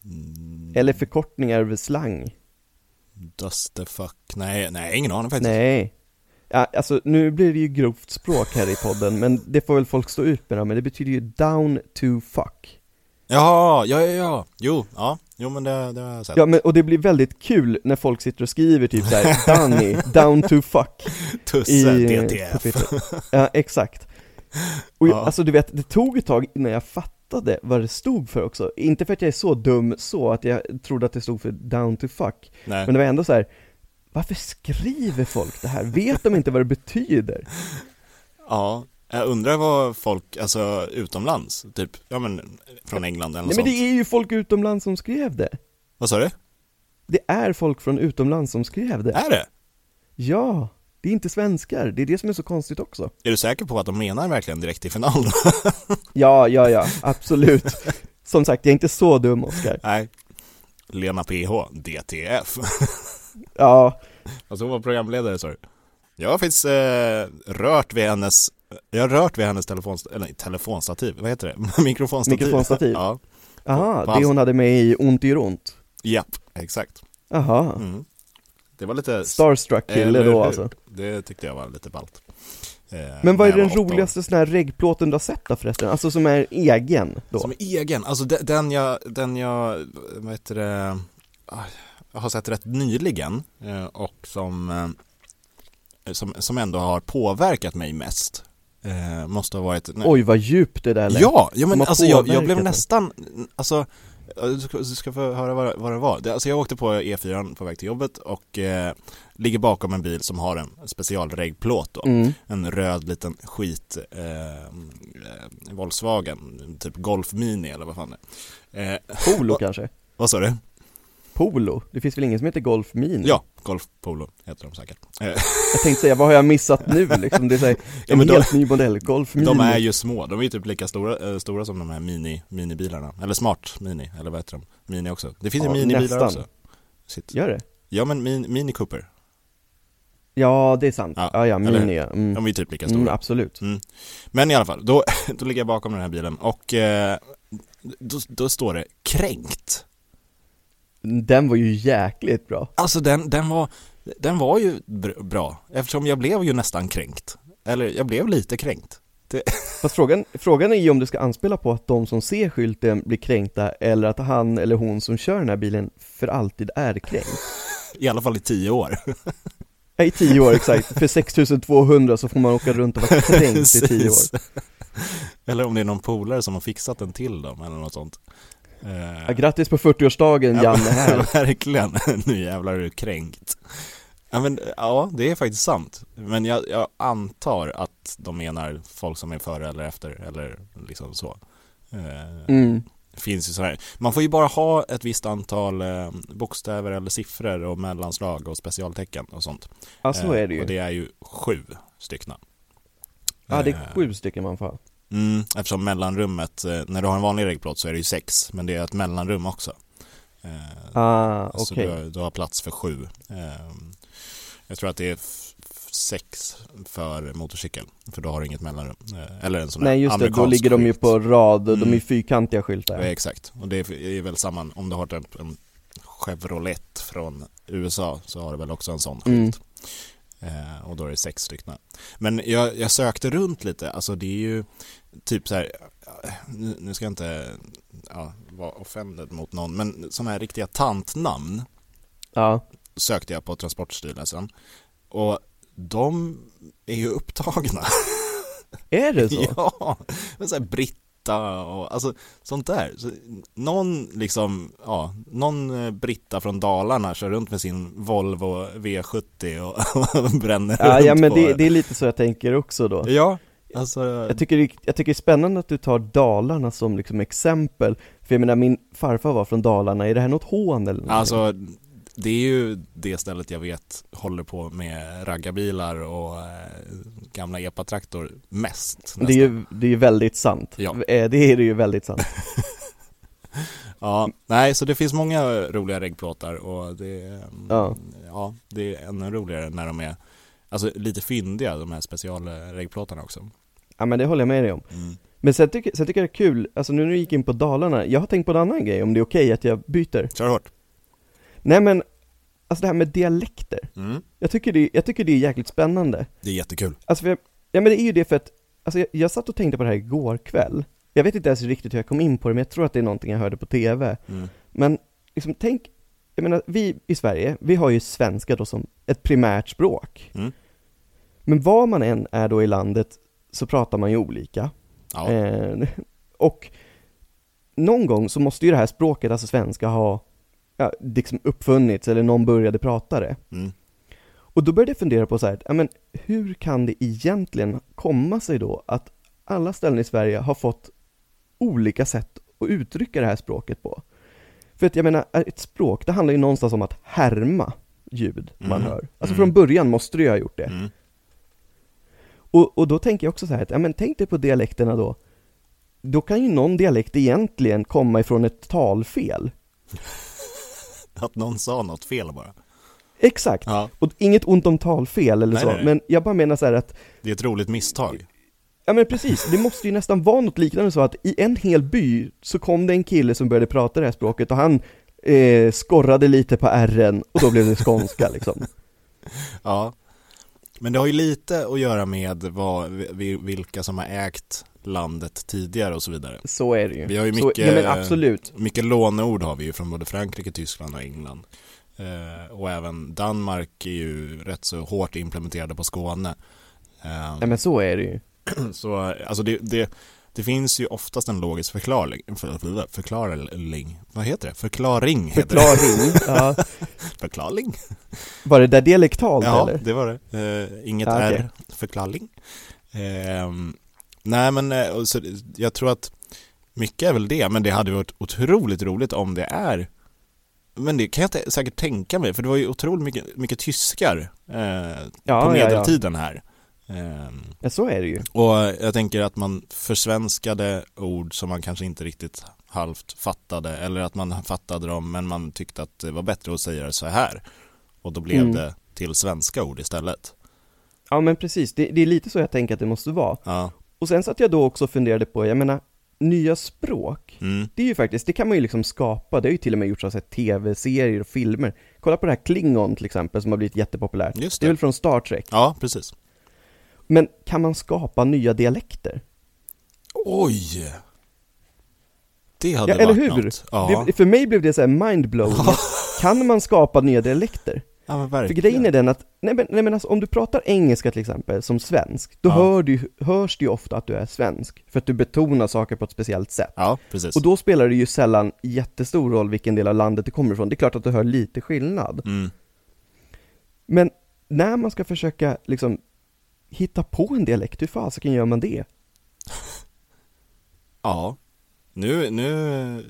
[SPEAKER 2] Mm,
[SPEAKER 1] Eller förkortningar över slang?
[SPEAKER 2] does the fuck, nej, nej, ingen aning faktiskt.
[SPEAKER 1] Nej. Ja, alltså nu blir det ju grovt språk här i podden, men det får väl folk stå ut med då, men det betyder ju down to fuck.
[SPEAKER 2] Jaha, ja, ja, ja, jo, ja, jo men det, det har jag sett.
[SPEAKER 1] Ja, men och det blir väldigt kul när folk sitter och skriver typ såhär, Danny, down to fuck.
[SPEAKER 2] Tusse,
[SPEAKER 1] på
[SPEAKER 2] DTF.
[SPEAKER 1] Twitter. Ja, exakt. Och jag,
[SPEAKER 2] Ja.
[SPEAKER 1] alltså du vet, det tog ett tag innan jag fattade vad det stod för också. Inte för att jag är så dum så att jag trodde att det stod för down to fuck,
[SPEAKER 2] Nej,
[SPEAKER 1] Men det var ändå så här. varför skriver folk det här? Vet de inte vad det betyder?
[SPEAKER 2] ja. Jag undrar vad folk, alltså utomlands, typ, ja men från England eller något
[SPEAKER 1] Nej men det
[SPEAKER 2] sånt.
[SPEAKER 1] är ju folk utomlands som skrev det.
[SPEAKER 2] Vad sa du?
[SPEAKER 1] Det är folk från utomlands som skrev det.
[SPEAKER 2] Är det?
[SPEAKER 1] Ja, det är inte svenskar, det är det som är så konstigt också.
[SPEAKER 2] Är du säker på att de menar verkligen direkt till final?
[SPEAKER 1] Ja, ja, ja, absolut. Som sagt, jag är inte så dum Oskar.
[SPEAKER 2] Nej. Lena PH, DTF.
[SPEAKER 1] Ja,
[SPEAKER 2] Alltså hon var programledare sa du? Jag har faktiskt eh, rört vid hennes, jag har rört vid hennes telefon, eller nej, telefonstativ, vad heter det? Mikrofonstativ.
[SPEAKER 1] Mikrofonstativ.
[SPEAKER 2] Ja,
[SPEAKER 1] aha, det hon hade med i Ont gör ont.
[SPEAKER 2] japp, exakt.
[SPEAKER 1] Aha,
[SPEAKER 2] Mm. Det var lite,
[SPEAKER 1] starstruck kille
[SPEAKER 2] Eller hur?
[SPEAKER 1] då alltså.
[SPEAKER 2] det tyckte jag var lite ballt. Eh,
[SPEAKER 1] Men vad
[SPEAKER 2] när
[SPEAKER 1] är
[SPEAKER 2] jag
[SPEAKER 1] den
[SPEAKER 2] var åtta år.
[SPEAKER 1] roligaste sån här reggplåten du har sett då förresten? Alltså som är egen då?
[SPEAKER 2] Som är egen, alltså de- den jag, den jag, vad heter det, ah, jag har sett rätt nyligen eh, och som, eh, som, som ändå har påverkat mig mest. Eh, Måste ha varit, nej.
[SPEAKER 1] Oj vad djupt det där lät.
[SPEAKER 2] Ja, ja
[SPEAKER 1] Som
[SPEAKER 2] men
[SPEAKER 1] har
[SPEAKER 2] alltså jag, jag
[SPEAKER 1] påverkat
[SPEAKER 2] blev
[SPEAKER 1] dig.
[SPEAKER 2] nästan, alltså ja, du ska, du ska få höra vad, vad det var. Det, alltså jag åkte på E4 på väg till jobbet och eh, ligger bakom en bil som har en specialreggplåt då.
[SPEAKER 1] Mm.
[SPEAKER 2] En röd liten skit eh, eh, Volkswagen, typ Golf Mini eller vad fan det är. Eh,
[SPEAKER 1] Polo
[SPEAKER 2] Va-
[SPEAKER 1] kanske?
[SPEAKER 2] vad
[SPEAKER 1] Mm.
[SPEAKER 2] sa du?
[SPEAKER 1] Polo? Det finns väl ingen som heter Golf Mini?
[SPEAKER 2] Ja, Golf Polo heter de säkert. Eh,
[SPEAKER 1] Jag tänkte säga, vad har jag missat nu liksom? Det är så här,
[SPEAKER 2] Ja,
[SPEAKER 1] en
[SPEAKER 2] men de-
[SPEAKER 1] helt ny modell, Golf Mini.
[SPEAKER 2] de är ju små, de är ju typ lika stora, eh, stora som de här mini, minibilarna. Eller Smart Mini, eller vad heter de? Mini också. Det finns
[SPEAKER 1] Ja,
[SPEAKER 2] ju minibilar
[SPEAKER 1] nästan.
[SPEAKER 2] också. Shit.
[SPEAKER 1] Gör det?
[SPEAKER 2] Ja men min, Mini Cooper,
[SPEAKER 1] Ja, det är sant.
[SPEAKER 2] Ja,
[SPEAKER 1] Ja, ja,
[SPEAKER 2] eller-
[SPEAKER 1] Mini ja. Mm.
[SPEAKER 2] de är ju typ lika stora.
[SPEAKER 1] Mm, absolut.
[SPEAKER 2] Men i alla fall, då, då ligger jag bakom den här bilen och eh, då, då står det kränkt.
[SPEAKER 1] Den var ju jäkligt bra.
[SPEAKER 2] Alltså den, den, var, den var ju br- bra, eftersom jag blev ju nästan kränkt. Eller jag blev lite kränkt.
[SPEAKER 1] Fast frågan, frågan är ju om du ska anspela på att de som ser skylten blir kränkta eller att han eller hon som kör den här bilen för alltid är kränkt.
[SPEAKER 2] I alla fall i tio år.
[SPEAKER 1] Ja, I tio år exakt, för 6200 så får man åka runt och vara kränkt i tio år.
[SPEAKER 2] Precis. Eller om det är någon polare som har fixat den till dem eller något sånt. Eh,
[SPEAKER 1] Ja, grattis på 40-årsdagen Janne här.
[SPEAKER 2] Verkligen, nu jävlar är du kränkt. Ja, men, ja, det är faktiskt sant. Men jag, jag antar att de menar folk som är före eller efter eller liksom så. Eh,
[SPEAKER 1] Mm.
[SPEAKER 2] finns ju så här. Man får ju bara ha ett visst antal eh, bokstäver eller siffror och mellanslag och specialtecken och sånt.
[SPEAKER 1] Ja, så
[SPEAKER 2] Eh,
[SPEAKER 1] är det ju.
[SPEAKER 2] Och det är ju sju stycken. Eh,
[SPEAKER 1] Ja, det är sju stycken man får ha.
[SPEAKER 2] Mm, eftersom mellanrummet, eh, när du har en vanlig regplåt så är det ju sex, men det är ett mellanrum också. Eh,
[SPEAKER 1] Ah,
[SPEAKER 2] Så
[SPEAKER 1] okej.
[SPEAKER 2] du, har- du har plats för sju. Eh, jag tror att det är f- f- sex för motorcykel, för då har du inget mellanrum. Eh, eller en sån
[SPEAKER 1] Nej
[SPEAKER 2] här
[SPEAKER 1] just det, då
[SPEAKER 2] amerikansk
[SPEAKER 1] ligger de ju
[SPEAKER 2] skylt.
[SPEAKER 1] på rad, de är
[SPEAKER 2] Mm.
[SPEAKER 1] ju fyrkantiga
[SPEAKER 2] Ja,
[SPEAKER 1] skyltar.
[SPEAKER 2] exakt, och det är är väl samma om du har en, en Chevrolet från USA så har du väl också en sån
[SPEAKER 1] Mm.
[SPEAKER 2] skylt. Eh, och då är det sex stycken. Men jag, jag sökte runt lite, alltså det är ju typ så här, nu, nu ska jag inte ja, vara offended mot någon, men sådana här riktiga tantnamn
[SPEAKER 1] Ja,
[SPEAKER 2] sökte jag på Transportstyrelsen och de är ju upptagna.
[SPEAKER 1] är det så?
[SPEAKER 2] Ja, men så här Britta och alltså sånt där. Så, någon liksom, ja, någon eh, Britta från Dalarna kör runt med sin Volvo V70 och, och bränner
[SPEAKER 1] Ja,
[SPEAKER 2] runt
[SPEAKER 1] ja men
[SPEAKER 2] på
[SPEAKER 1] det, det är lite så jag tänker också då.
[SPEAKER 2] Ja, alltså,
[SPEAKER 1] Jag tycker, det, jag tycker det är spännande att du tar Dalarna som liksom exempel, för jag menar min farfar var från Dalarna, är det här något hån eller någonting?
[SPEAKER 2] alltså det är ju det stället jag vet håller på med raggarbilar och eh, gamla epatraktor mest. Nästan.
[SPEAKER 1] det är ju, det är ju väldigt sant.
[SPEAKER 2] Ja.
[SPEAKER 1] Eh, Det är det ju väldigt sant.
[SPEAKER 2] Ja, nej, så det finns många roliga reggplåtar och det, mm,
[SPEAKER 1] Ja.
[SPEAKER 2] ja, det är ännu roligare när de är alltså, lite fyndiga, de här specialreggplåtarna också.
[SPEAKER 1] Ja men det håller jag med dig om.
[SPEAKER 2] Mm.
[SPEAKER 1] Men sen tycker, sen tycker jag det är kul, alltså nu när du gick in på Dalarna, jag har tänkt på en annan grej, om det är okej att jag byter.
[SPEAKER 2] Kör hårt.
[SPEAKER 1] Nej men, alltså det här med dialekter.
[SPEAKER 2] Mm.
[SPEAKER 1] Jag tycker det, jag tycker det är jäkligt spännande.
[SPEAKER 2] Det är jättekul.
[SPEAKER 1] Alltså för jag, ja men det är ju det för att, alltså jag, jag satt och tänkte på det här igår kväll. Jag vet inte ens riktigt hur jag kom in på det, men jag tror att det är någonting jag hörde på TV.
[SPEAKER 2] Mm.
[SPEAKER 1] Men liksom, tänk, jag menar, vi i Sverige, vi har ju svenska då som ett primärt språk.
[SPEAKER 2] Mm.
[SPEAKER 1] Men var man än är då i landet så pratar man ju olika.
[SPEAKER 2] Ja.
[SPEAKER 1] Eh, och någon gång så måste ju det här språket, alltså svenska, ha ja, liksom uppfunnits eller någon började prata det.
[SPEAKER 2] Mm.
[SPEAKER 1] Och då började jag fundera på så här, ja, men hur kan det egentligen komma sig då att alla ställen i Sverige har fått olika sätt att uttrycka det här språket på? För att jag menar, ett språk, det handlar ju någonstans om att härma ljud man
[SPEAKER 2] Mm.
[SPEAKER 1] hör. Alltså
[SPEAKER 2] Mm.
[SPEAKER 1] från början måste du ju ha gjort det.
[SPEAKER 2] Mm.
[SPEAKER 1] Och, och då tänker jag också så här, att, ja, men tänk dig på dialekterna då. Då kan ju någon dialekt egentligen komma ifrån ett talfel.
[SPEAKER 2] Att någon sa något fel bara.
[SPEAKER 1] Exakt!
[SPEAKER 2] Ja,
[SPEAKER 1] Och inget ont om talfel eller
[SPEAKER 2] Nej,
[SPEAKER 1] så,
[SPEAKER 2] nej, nej.
[SPEAKER 1] men jag bara menar så här att
[SPEAKER 2] det är ett roligt misstag.
[SPEAKER 1] Ja men precis, det måste ju nästan vara något liknande så att i en hel by så kom det en kille som började prata det här språket och han eh, skorrade lite på R'n och då blev det skånska liksom.
[SPEAKER 2] Ja. Men det har ju lite att göra med vad, vi- vilka som har ägt landet tidigare och så vidare.
[SPEAKER 1] Så är det ju.
[SPEAKER 2] Vi har ju
[SPEAKER 1] så,
[SPEAKER 2] mycket...
[SPEAKER 1] ja men absolut.
[SPEAKER 2] Mycket låneord har vi ju från både Frankrike, Tyskland och England. Eh, och även Danmark är ju rätt så hårt implementerade på Skåne. Eh,
[SPEAKER 1] Ja men så är det ju.
[SPEAKER 2] Så alltså det, det, det finns ju oftast en logisk förklaring. för- för- Förklaring? Vad heter det? Förklaring heter
[SPEAKER 1] Förklaring. ja.
[SPEAKER 2] det. Förklaring?
[SPEAKER 1] Var det där dialektalt
[SPEAKER 2] Ja,
[SPEAKER 1] eller?
[SPEAKER 2] det var det. Eh, inget
[SPEAKER 1] Ja, okej.
[SPEAKER 2] R. Förklaring. Ehm, nej, men eh, och så, jag tror att mycket är väl det, men det hade varit otroligt roligt om det är men det kan jag inte säkert tänka mig, för det var ju otroligt mycket, mycket tyskar eh,
[SPEAKER 1] Ja,
[SPEAKER 2] på
[SPEAKER 1] ja, ja.
[SPEAKER 2] medeltiden här. Ehm,
[SPEAKER 1] Ja så är det ju.
[SPEAKER 2] och jag tänker att man försvenskade ord som man kanske inte riktigt halvt fattade, eller att man fattade dem men man tyckte att det var bättre att säga det så här. Och då blev
[SPEAKER 1] Mm.
[SPEAKER 2] det till svenska ord istället.
[SPEAKER 1] Ja men precis, det, det är lite så jag tänker att det måste vara.
[SPEAKER 2] Ja.
[SPEAKER 1] Och sen satt jag då också och funderade på, jag menar, nya språk.
[SPEAKER 2] Mm.
[SPEAKER 1] Det är ju faktiskt, det kan man ju liksom skapa, det har ju till och med gjorts av så här tv-serier och filmer. Kolla på det här Klingon till exempel som har blivit jättepopulärt.
[SPEAKER 2] Just
[SPEAKER 1] Det är
[SPEAKER 2] det.
[SPEAKER 1] väl från Star Trek.
[SPEAKER 2] Ja, precis.
[SPEAKER 1] Men kan man skapa nya dialekter?
[SPEAKER 2] Oj! Det hade
[SPEAKER 1] Ja, eller
[SPEAKER 2] varit
[SPEAKER 1] hur?
[SPEAKER 2] något. Ja,
[SPEAKER 1] Det, för mig blev det så här mindblowing. kan man skapa nya dialekter?
[SPEAKER 2] ja men
[SPEAKER 1] För
[SPEAKER 2] verkligen.
[SPEAKER 1] grejen är den att, nej men, nej men alltså, om du pratar engelska till exempel som svensk, då
[SPEAKER 2] Ja.
[SPEAKER 1] hör du, hörs det ju ofta att du är svensk. För att du betonar saker på ett speciellt sätt.
[SPEAKER 2] Ja, precis.
[SPEAKER 1] Och då spelar det ju sällan jättestor roll vilken del av landet du kommer ifrån. Det är klart att du hör lite skillnad.
[SPEAKER 2] Mm.
[SPEAKER 1] Men när man ska försöka liksom hitta på en dialekt, hur fasiken gör man det?
[SPEAKER 2] Ja, nu, nu...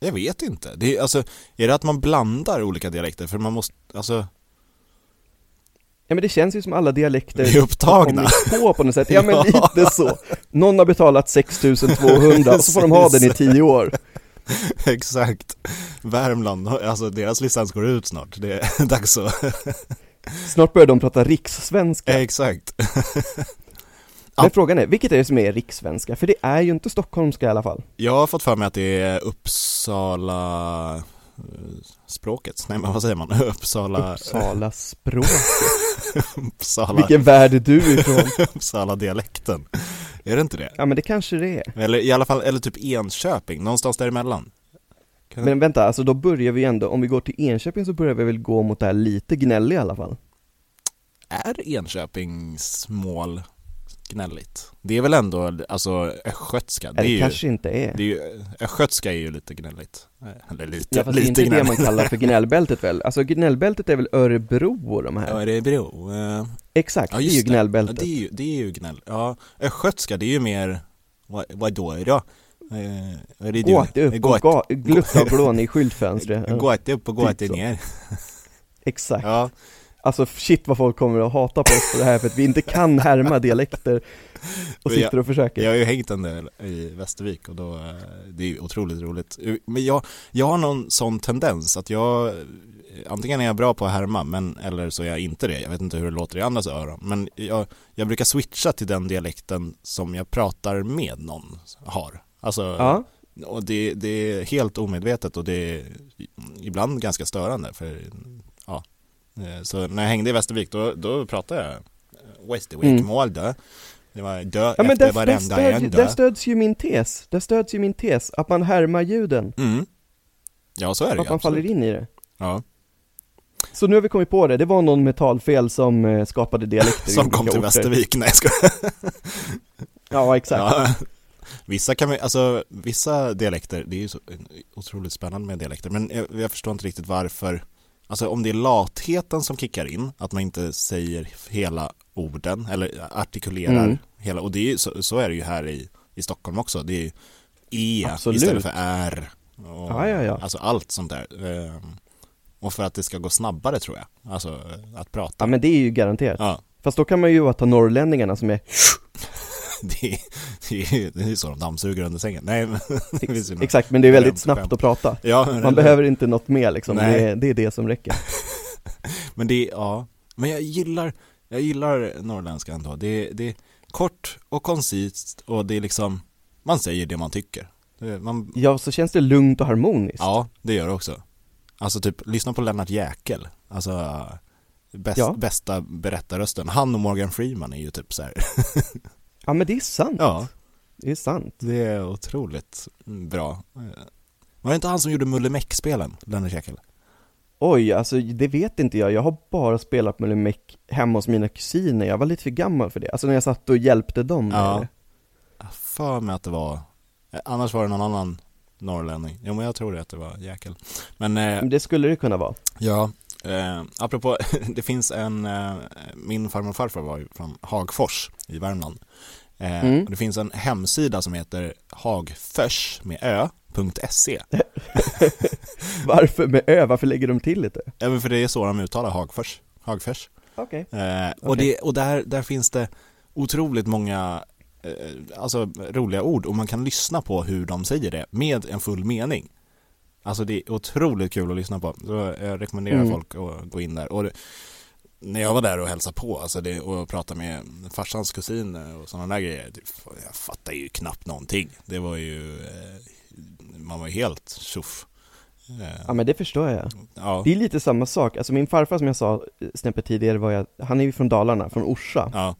[SPEAKER 2] Jag vet inte. Det är, alltså, är det att man blandar olika dialekter? För man måste, alltså...
[SPEAKER 1] Ja men det känns ju som alla dialekter
[SPEAKER 2] Vi är upptagna.
[SPEAKER 1] har kommit på på något sätt. Ja men
[SPEAKER 2] Ja.
[SPEAKER 1] lite så. Någon har betalat 6200 och så får de ha den i tio år.
[SPEAKER 2] Exakt. Värmland, alltså deras licens går ut snart. Det är dags så.
[SPEAKER 1] Snart börjar de prata rikssvenska.
[SPEAKER 2] Exakt.
[SPEAKER 1] Men
[SPEAKER 2] Eh, Ja.
[SPEAKER 1] frågan är, vilket är det som är rikssvenska? För det är ju inte stockholmska i alla fall.
[SPEAKER 2] Jag har fått för mig att det är Uppsala eh, språket. Nej men vad säger man? Uppsala,
[SPEAKER 1] Uppsala språk.
[SPEAKER 2] Uppsala,
[SPEAKER 1] Vilken värld är du ifrån?
[SPEAKER 2] Uppsala dialekten. Är det inte det?
[SPEAKER 1] Ja men det kanske det är.
[SPEAKER 2] Eller i alla fall, eller typ Enköping, någonstans däremellan. Kan-
[SPEAKER 1] Men vänta, alltså då börjar vi ändå, om vi går till Enköping så börjar vi väl gå mot det här lite gnälliga i alla fall.
[SPEAKER 2] Är Enköpings mål gnälligt? Det är väl ändå, alltså östgötska, det
[SPEAKER 1] Det,
[SPEAKER 2] är
[SPEAKER 1] det
[SPEAKER 2] ju,
[SPEAKER 1] kanske inte är.
[SPEAKER 2] det är ju östgötska är ju lite gnälligt. Eh, Eller lite,
[SPEAKER 1] Ja, fast det är
[SPEAKER 2] lite
[SPEAKER 1] inte det
[SPEAKER 2] gnälligt.
[SPEAKER 1] man kallar för gnällbältet väl? Alltså gnällbältet är väl Örebro och de här?
[SPEAKER 2] Ja, Örebro. eh,
[SPEAKER 1] Exakt,
[SPEAKER 2] Ja,
[SPEAKER 1] det är ju
[SPEAKER 2] just det. Ja,
[SPEAKER 1] gnällbältet.
[SPEAKER 2] det, är ju, det är ju gnäll. Ja, östgötska det är ju mer, vad, vad då då? Eh, vad är det du?
[SPEAKER 1] Gåte upp och ga- glutta och glån i skyltfönstret. Ja,
[SPEAKER 2] Gåte upp och gåte
[SPEAKER 1] Typ så.
[SPEAKER 2] ner.
[SPEAKER 1] Exakt.
[SPEAKER 2] Ja,
[SPEAKER 1] Alltså shit vad folk kommer att hata på oss för det här för att vi inte kan härma dialekter och
[SPEAKER 2] Men jag-
[SPEAKER 1] sitter och försöker.
[SPEAKER 2] jag har ju hängt en del i Västervik och då, eh, det är ju otroligt roligt. Men jag, jag har någon sån tendens att jag, eh, antingen är jag bra på att härma, men, eller så är jag inte det. Jag vet inte hur det låter i andras öron. Men jag, jag brukar switcha till den dialekten som jag pratar med någon har. Alltså,
[SPEAKER 1] Ja,
[SPEAKER 2] Och det, det är helt omedvetet och det är ibland ganska störande. För, ja. Eh, Så när jag hängde i Västervik då, då pratade jag eh, Västervikmål då. Det var dö
[SPEAKER 1] Mm. ja men
[SPEAKER 2] efter
[SPEAKER 1] där, där,
[SPEAKER 2] varenda
[SPEAKER 1] stöd,
[SPEAKER 2] en
[SPEAKER 1] där
[SPEAKER 2] dö.
[SPEAKER 1] stöds ju min tes. Där stöds ju min tes, att man härmar ljuden.
[SPEAKER 2] Mm. Ja så är det
[SPEAKER 1] Att man faller
[SPEAKER 2] absolut.
[SPEAKER 1] in i det.
[SPEAKER 2] ja.
[SPEAKER 1] Så nu har vi kommit på det, det var någon med talfel som eh, skapade dialekter i
[SPEAKER 2] Som
[SPEAKER 1] olika
[SPEAKER 2] kom till
[SPEAKER 1] orter.
[SPEAKER 2] Västervik, nej jag skojar.
[SPEAKER 1] Ja, exakt.
[SPEAKER 2] Ja. Vissa, kan vi, alltså, vissa dialekter, det är ju så otroligt spännande med dialekter, men jag, jag förstår inte riktigt varför. Alltså om det är latheten som kickar in, att man inte säger hela orden eller artikulerar
[SPEAKER 1] Mm.
[SPEAKER 2] hela, och det är, ju- så, så är det ju här i, i Stockholm också, det är ju E
[SPEAKER 1] Absolut.
[SPEAKER 2] istället för R. Och,
[SPEAKER 1] Ja, ja, ja.
[SPEAKER 2] Alltså allt sånt där. Ehm, Och för att det ska gå snabbare tror jag, alltså att prata.
[SPEAKER 1] Ja men det är ju garanterat.
[SPEAKER 2] Ja,
[SPEAKER 1] Fast då kan man ju bara ta norrlänningarna som är
[SPEAKER 2] det, är- det, är- det är så de dammsuger under sängen. Nej, men, det finns ju några-
[SPEAKER 1] Exakt, men det är väldigt
[SPEAKER 2] Skämt,
[SPEAKER 1] snabbt
[SPEAKER 2] skämt.
[SPEAKER 1] att prata.
[SPEAKER 2] ja, eller-
[SPEAKER 1] Man behöver inte något mer liksom, det
[SPEAKER 2] Nej.
[SPEAKER 1] är, det är det som räcker.
[SPEAKER 2] Men det, ja. Men jag gillar, jag gillar norrländska ändå. Det, det är kort och koncist och det är liksom, man säger det man tycker. Det- Man,
[SPEAKER 1] Ja, så känns det lugnt och harmoniskt.
[SPEAKER 2] ja, det gör det också. Alltså typ, lyssna på Lennart Jäkel. Alltså, bäst,
[SPEAKER 1] Ja.
[SPEAKER 2] bästa berättarrösten. Han och Morgan Freeman är ju typ så här.
[SPEAKER 1] Ja, men det är sant.
[SPEAKER 2] Ja,
[SPEAKER 1] Det är sant.
[SPEAKER 2] det är otroligt bra. Eh, Var det inte han som gjorde Mulle Meck-spelen, Lennart Jäkel?
[SPEAKER 1] Oj, alltså det vet inte jag. Jag har bara spelat Mulle Meck hemma hos mina kusiner. Jag var lite för gammal för det. Alltså när jag satt och hjälpte dem med
[SPEAKER 2] Ja.
[SPEAKER 1] det.
[SPEAKER 2] Jag har för mig att det var, eh, annars var det någon annan norrlänning. Jo men jag tror det att det var Jäkel. Men eh,
[SPEAKER 1] Men det skulle det kunna vara.
[SPEAKER 2] ja, eh, apropå, det finns en, eh, min farmor och farfar var ju från Hagfors i Värmland. Eh,
[SPEAKER 1] Mm.
[SPEAKER 2] och det finns en hemsida som heter hagfors med ö.se.
[SPEAKER 1] Varför med ö? Varför lägger de till lite?
[SPEAKER 2] Även för det är så de uttalar Hagfors. Hagfors.
[SPEAKER 1] Okej.
[SPEAKER 2] Eh, och
[SPEAKER 1] Okej.
[SPEAKER 2] det, och där, där finns det otroligt många eh, alltså, roliga ord och man kan lyssna på hur de säger det med en full mening. Alltså det är otroligt kul att lyssna på. Så jag rekommenderar
[SPEAKER 1] Mm.
[SPEAKER 2] folk att gå in där. Och det, när jag var där och hälsade på alltså det, och pratade med farsans kusin och sådana där grejer, det, jag fattade ju knappt någonting. Det var ju, eh, man var ju helt tjoff. Eh,
[SPEAKER 1] Ja, men det förstår jag.
[SPEAKER 2] ja,
[SPEAKER 1] Det är lite samma sak. Alltså min farfar som jag sa eh, snäppet tidigare var jag, han är ju från Dalarna, från Orsa.
[SPEAKER 2] ja,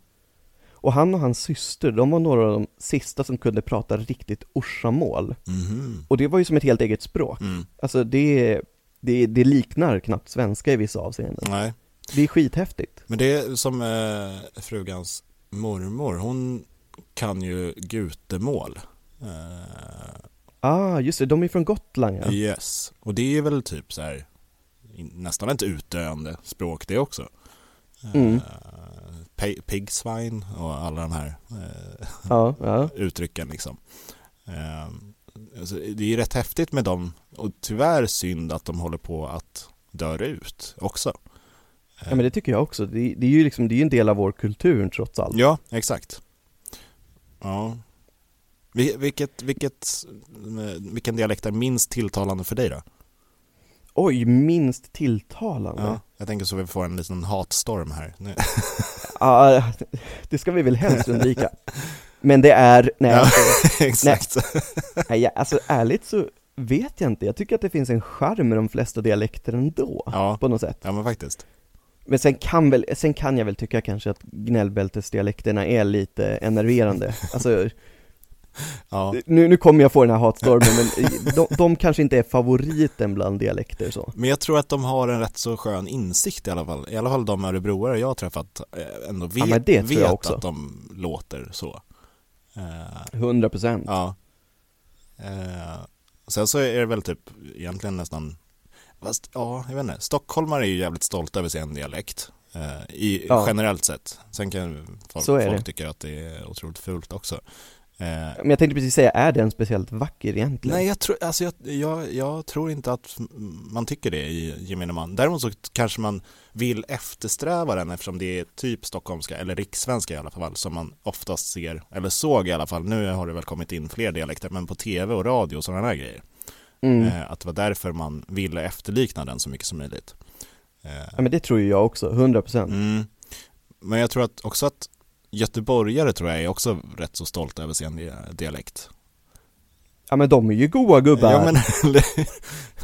[SPEAKER 1] Och han och hans syster, de var några av de sista som kunde prata riktigt orsamål.
[SPEAKER 2] mhm,
[SPEAKER 1] Och det var ju som ett helt eget språk.
[SPEAKER 2] mm,
[SPEAKER 1] Alltså det, det, det liknar knappt svenska i vissa avseenden.
[SPEAKER 2] nej.
[SPEAKER 1] Det är skithäftigt.
[SPEAKER 2] Men det är som eh, frugans mormor, hon kan ju gutemål. Eh,
[SPEAKER 1] Ah, just det, de är från Gotland ja.
[SPEAKER 2] Yes, och det är väl typ så här in- nästan ett utdöende språk det också. Eh,
[SPEAKER 1] Mm.
[SPEAKER 2] pe- Pigsvin och alla de här eh,
[SPEAKER 1] Ja, ja.
[SPEAKER 2] uttrycken liksom. Eh, alltså, det är ju rätt häftigt med dem och tyvärr synd att de håller på att dö ut också.
[SPEAKER 1] Ja men det tycker jag också, det, det är ju liksom, det är ju en del av vår kultur trots allt.
[SPEAKER 2] Ja, exakt. Ja. Vil- Vilket, vilket, eh, vilken dialekt är minst tilltalande för dig då?
[SPEAKER 1] Oj, minst tilltalande.
[SPEAKER 2] Ja, jag tänker så vi får en liten hatstorm här. Nu.
[SPEAKER 1] Ja, Ah, det ska vi väl helst undvika. Men det är, nej,
[SPEAKER 2] Ja.
[SPEAKER 1] alltså,
[SPEAKER 2] Exakt.
[SPEAKER 1] nej jag- alltså ärligt så vet jag inte. Jag tycker att det finns en charm med de flesta dialekter ändå,
[SPEAKER 2] Ja.
[SPEAKER 1] på något sätt.
[SPEAKER 2] ja, men faktiskt.
[SPEAKER 1] Men sen kan, väl, sen kan jag väl tycka kanske att gnällbältesdialekterna är lite enerverande. Alltså,
[SPEAKER 2] Ja.
[SPEAKER 1] nu, nu kommer jag få den här hatstormen, men de, de kanske inte är favoriten bland dialekter så.
[SPEAKER 2] Men jag tror att de har en rätt så skön insikt i alla fall. I alla fall de örebroare jag har träffat eh, ändå vet,
[SPEAKER 1] Ja, men det tror
[SPEAKER 2] vet
[SPEAKER 1] jag också.
[SPEAKER 2] att de låter så. Eh,
[SPEAKER 1] 100% procent.
[SPEAKER 2] Ja. Eh, sen så är det väl typ egentligen nästan, fast ja, jag vet inte. Stockholmare är ju jävligt stolta över sin dialekt. Eh, i,
[SPEAKER 1] Ja.
[SPEAKER 2] Generellt sett. Sen kan folk,
[SPEAKER 1] Så är
[SPEAKER 2] folk
[SPEAKER 1] det.
[SPEAKER 2] tycka att det är otroligt fult också. Eh,
[SPEAKER 1] Men jag tänkte precis säga, är den speciellt vacker egentligen?
[SPEAKER 2] Nej, jag tror, alltså jag, jag, jag tror inte att man tycker det i gemene man. Däremot så kanske man vill eftersträva den eftersom det är typ stockholmska eller rikssvenska i alla fall som man oftast ser, eller såg i alla fall. Nu har det väl kommit in fler dialekter, men på tv och radio och sådana här grejer.
[SPEAKER 1] Mm.
[SPEAKER 2] Eh, Att det var därför man ville efterlikna den så mycket som möjligt. Eh,
[SPEAKER 1] Ja men det tror ju jag också, 100% procent.
[SPEAKER 2] Mm. Men jag tror att också att göteborgare tror jag är också rätt så stolta över sin dia- dialekt.
[SPEAKER 1] Ja men de är ju goa gubbar.
[SPEAKER 2] Ja men, eller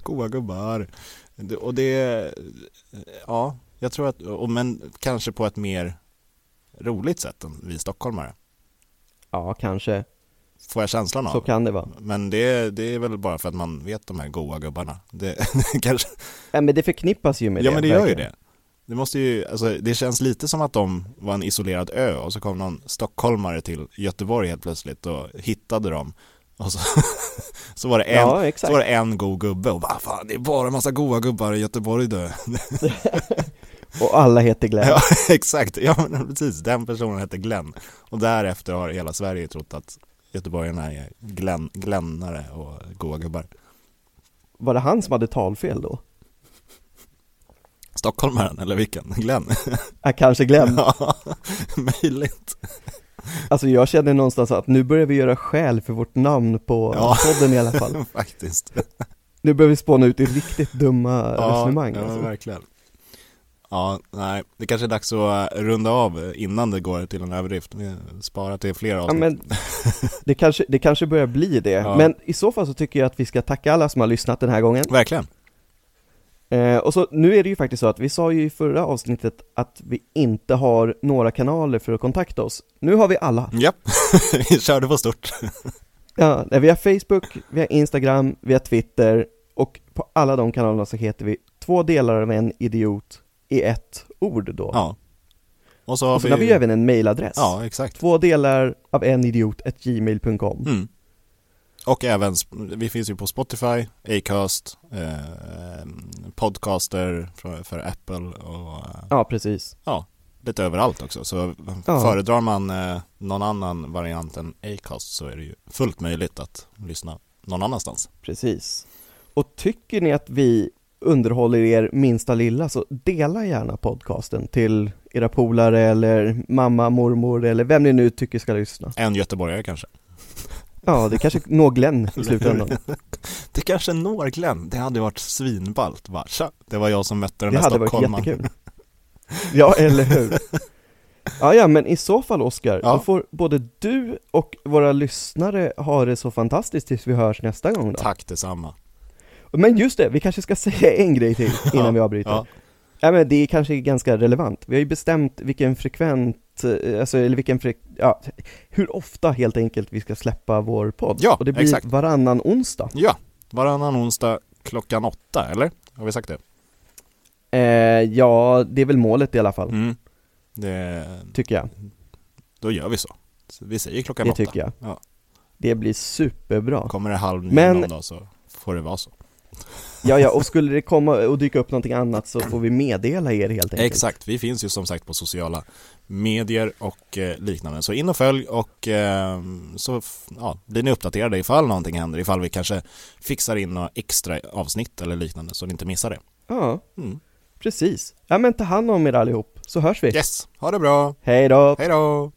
[SPEAKER 2] goa gubbar. Det- Och det, ja, jag tror att, och men kanske på ett mer roligt sätt än vi stockholmare.
[SPEAKER 1] Ja, kanske.
[SPEAKER 2] Får jag känslan av.
[SPEAKER 1] Så kan det vara.
[SPEAKER 2] Men det, det är väl bara för att man vet de här goa gubbarna. Det, det kanske,
[SPEAKER 1] Ja, men det förknippas ju med
[SPEAKER 2] ja
[SPEAKER 1] det.
[SPEAKER 2] men det gör ju
[SPEAKER 1] verkligen.
[SPEAKER 2] det. Det måste ju, alltså det känns lite som att de var en isolerad ö och så kom någon stockholmare till Göteborg helt plötsligt och hittade dem. Och så, så, var det en,
[SPEAKER 1] Ja,
[SPEAKER 2] så
[SPEAKER 1] exakt.
[SPEAKER 2] var det en god gubbe och bara fan det är bara massa goa gubbar i Göteborg du.
[SPEAKER 1] Och alla heter Glenn.
[SPEAKER 2] Ja exakt, ja men precis, den personen hette Glenn. Och därefter har hela Sverige trott att göteborgarna är Glenn, glännare och goa gubbar.
[SPEAKER 1] Var det han som hade talfel då?
[SPEAKER 2] Stockholmaren eller vilken? Glenn?
[SPEAKER 1] Ja, kanske Glenn.
[SPEAKER 2] Ja, möjligt.
[SPEAKER 1] Alltså jag känner någonstans att nu börjar vi göra skäl för vårt namn på
[SPEAKER 2] Ja.
[SPEAKER 1] podden i alla fall.
[SPEAKER 2] Faktiskt.
[SPEAKER 1] Nu börjar vi spåna ut i riktigt dumma resonemang.
[SPEAKER 2] Ja,
[SPEAKER 1] alltså.
[SPEAKER 2] verkligen. Ja, nej, det kanske är dags att eh, runda av innan det går till en överdrift. Vi sparar till fler
[SPEAKER 1] Ja,
[SPEAKER 2] avsnitt.
[SPEAKER 1] men det, kanske, det kanske börjar bli det,
[SPEAKER 2] Ja.
[SPEAKER 1] men i så fall så tycker jag att vi ska tacka alla som har lyssnat den här gången.
[SPEAKER 2] Verkligen.
[SPEAKER 1] Eh, och så, nu är det ju faktiskt så att vi sa ju i förra avsnittet att vi inte har några kanaler för att kontakta oss. Nu har vi alla.
[SPEAKER 2] Japp, vi körde på stort.
[SPEAKER 1] Ja, nej, vi har Facebook, vi har Instagram, vi har Twitter och på alla de kanalerna så heter vi två delar av en idiot i ett ord då.
[SPEAKER 2] Ja. Och så har
[SPEAKER 1] och sen har vi ju även en mailadress.
[SPEAKER 2] Ja, exakt.
[SPEAKER 1] Två delar av en idiot ett gmail.com.
[SPEAKER 2] Mm. Och även, sp- vi finns ju på Spotify, Acast, eh, Podcaster för, för Apple och eh,
[SPEAKER 1] Ja, precis.
[SPEAKER 2] lite överallt också. Så
[SPEAKER 1] Ja.
[SPEAKER 2] föredrar man eh, någon annan variant än Acast så är det ju fullt möjligt att lyssna någon annanstans.
[SPEAKER 1] Precis. Och tycker ni att vi underhåller er minsta lilla så dela gärna podcasten till era polare eller mamma, mormor eller vem ni nu tycker ska lyssna.
[SPEAKER 2] En göteborgare kanske.
[SPEAKER 1] Ja, det kanske når Glenn i slutändan.
[SPEAKER 2] Det kanske når Glenn. Det hade varit svinballt. Bara, tja, det var jag som mötte den
[SPEAKER 1] Det
[SPEAKER 2] där
[SPEAKER 1] hade varit
[SPEAKER 2] stockholmaren.
[SPEAKER 1] jättekul. Ja, eller hur? Ja, ja, men i så fall Oskar,
[SPEAKER 2] Ja.
[SPEAKER 1] då får både du och våra lyssnare ha det så fantastiskt tills vi hörs nästa gång då.
[SPEAKER 2] Tack detsamma.
[SPEAKER 1] Men just det, vi kanske ska säga en grej till innan
[SPEAKER 2] Ja,
[SPEAKER 1] vi avbryter.
[SPEAKER 2] Ja,
[SPEAKER 1] Ja men det är kanske ganska relevant. Vi har ju bestämt vilken frekvent, eh, alltså eller vilken frek, ja, hur ofta helt enkelt vi ska släppa vår podd.
[SPEAKER 2] Ja,
[SPEAKER 1] Och det blir
[SPEAKER 2] exakt.
[SPEAKER 1] varannan onsdag.
[SPEAKER 2] ja. varannan onsdag klockan åtta, eller? Har vi sagt det?
[SPEAKER 1] Eh, ja, det är väl målet i alla fall,
[SPEAKER 2] Mm. det
[SPEAKER 1] tycker jag.
[SPEAKER 2] då gör vi så. så vi säger klockan
[SPEAKER 1] Det
[SPEAKER 2] åtta.
[SPEAKER 1] tycker jag.
[SPEAKER 2] Ja.
[SPEAKER 1] Det blir superbra.
[SPEAKER 2] Kommer det halv nio
[SPEAKER 1] Men-
[SPEAKER 2] någon dag så får det vara så.
[SPEAKER 1] Ja, ja, och skulle det komma och dyka upp någonting annat så får vi meddela er helt enkelt.
[SPEAKER 2] Exakt, vi finns ju som sagt på sociala medier och eh, liknande. Så in och följ och eh, så f- ja, blir ni uppdaterade ifall någonting händer, ifall vi kanske fixar in några extra avsnitt eller liknande så ni inte missar det.
[SPEAKER 1] Ja.
[SPEAKER 2] Mm.
[SPEAKER 1] Precis. Ja men ta hand om er allihop, så hörs vi.
[SPEAKER 2] Yes, ha det bra.
[SPEAKER 1] Hej då!
[SPEAKER 2] Hej då.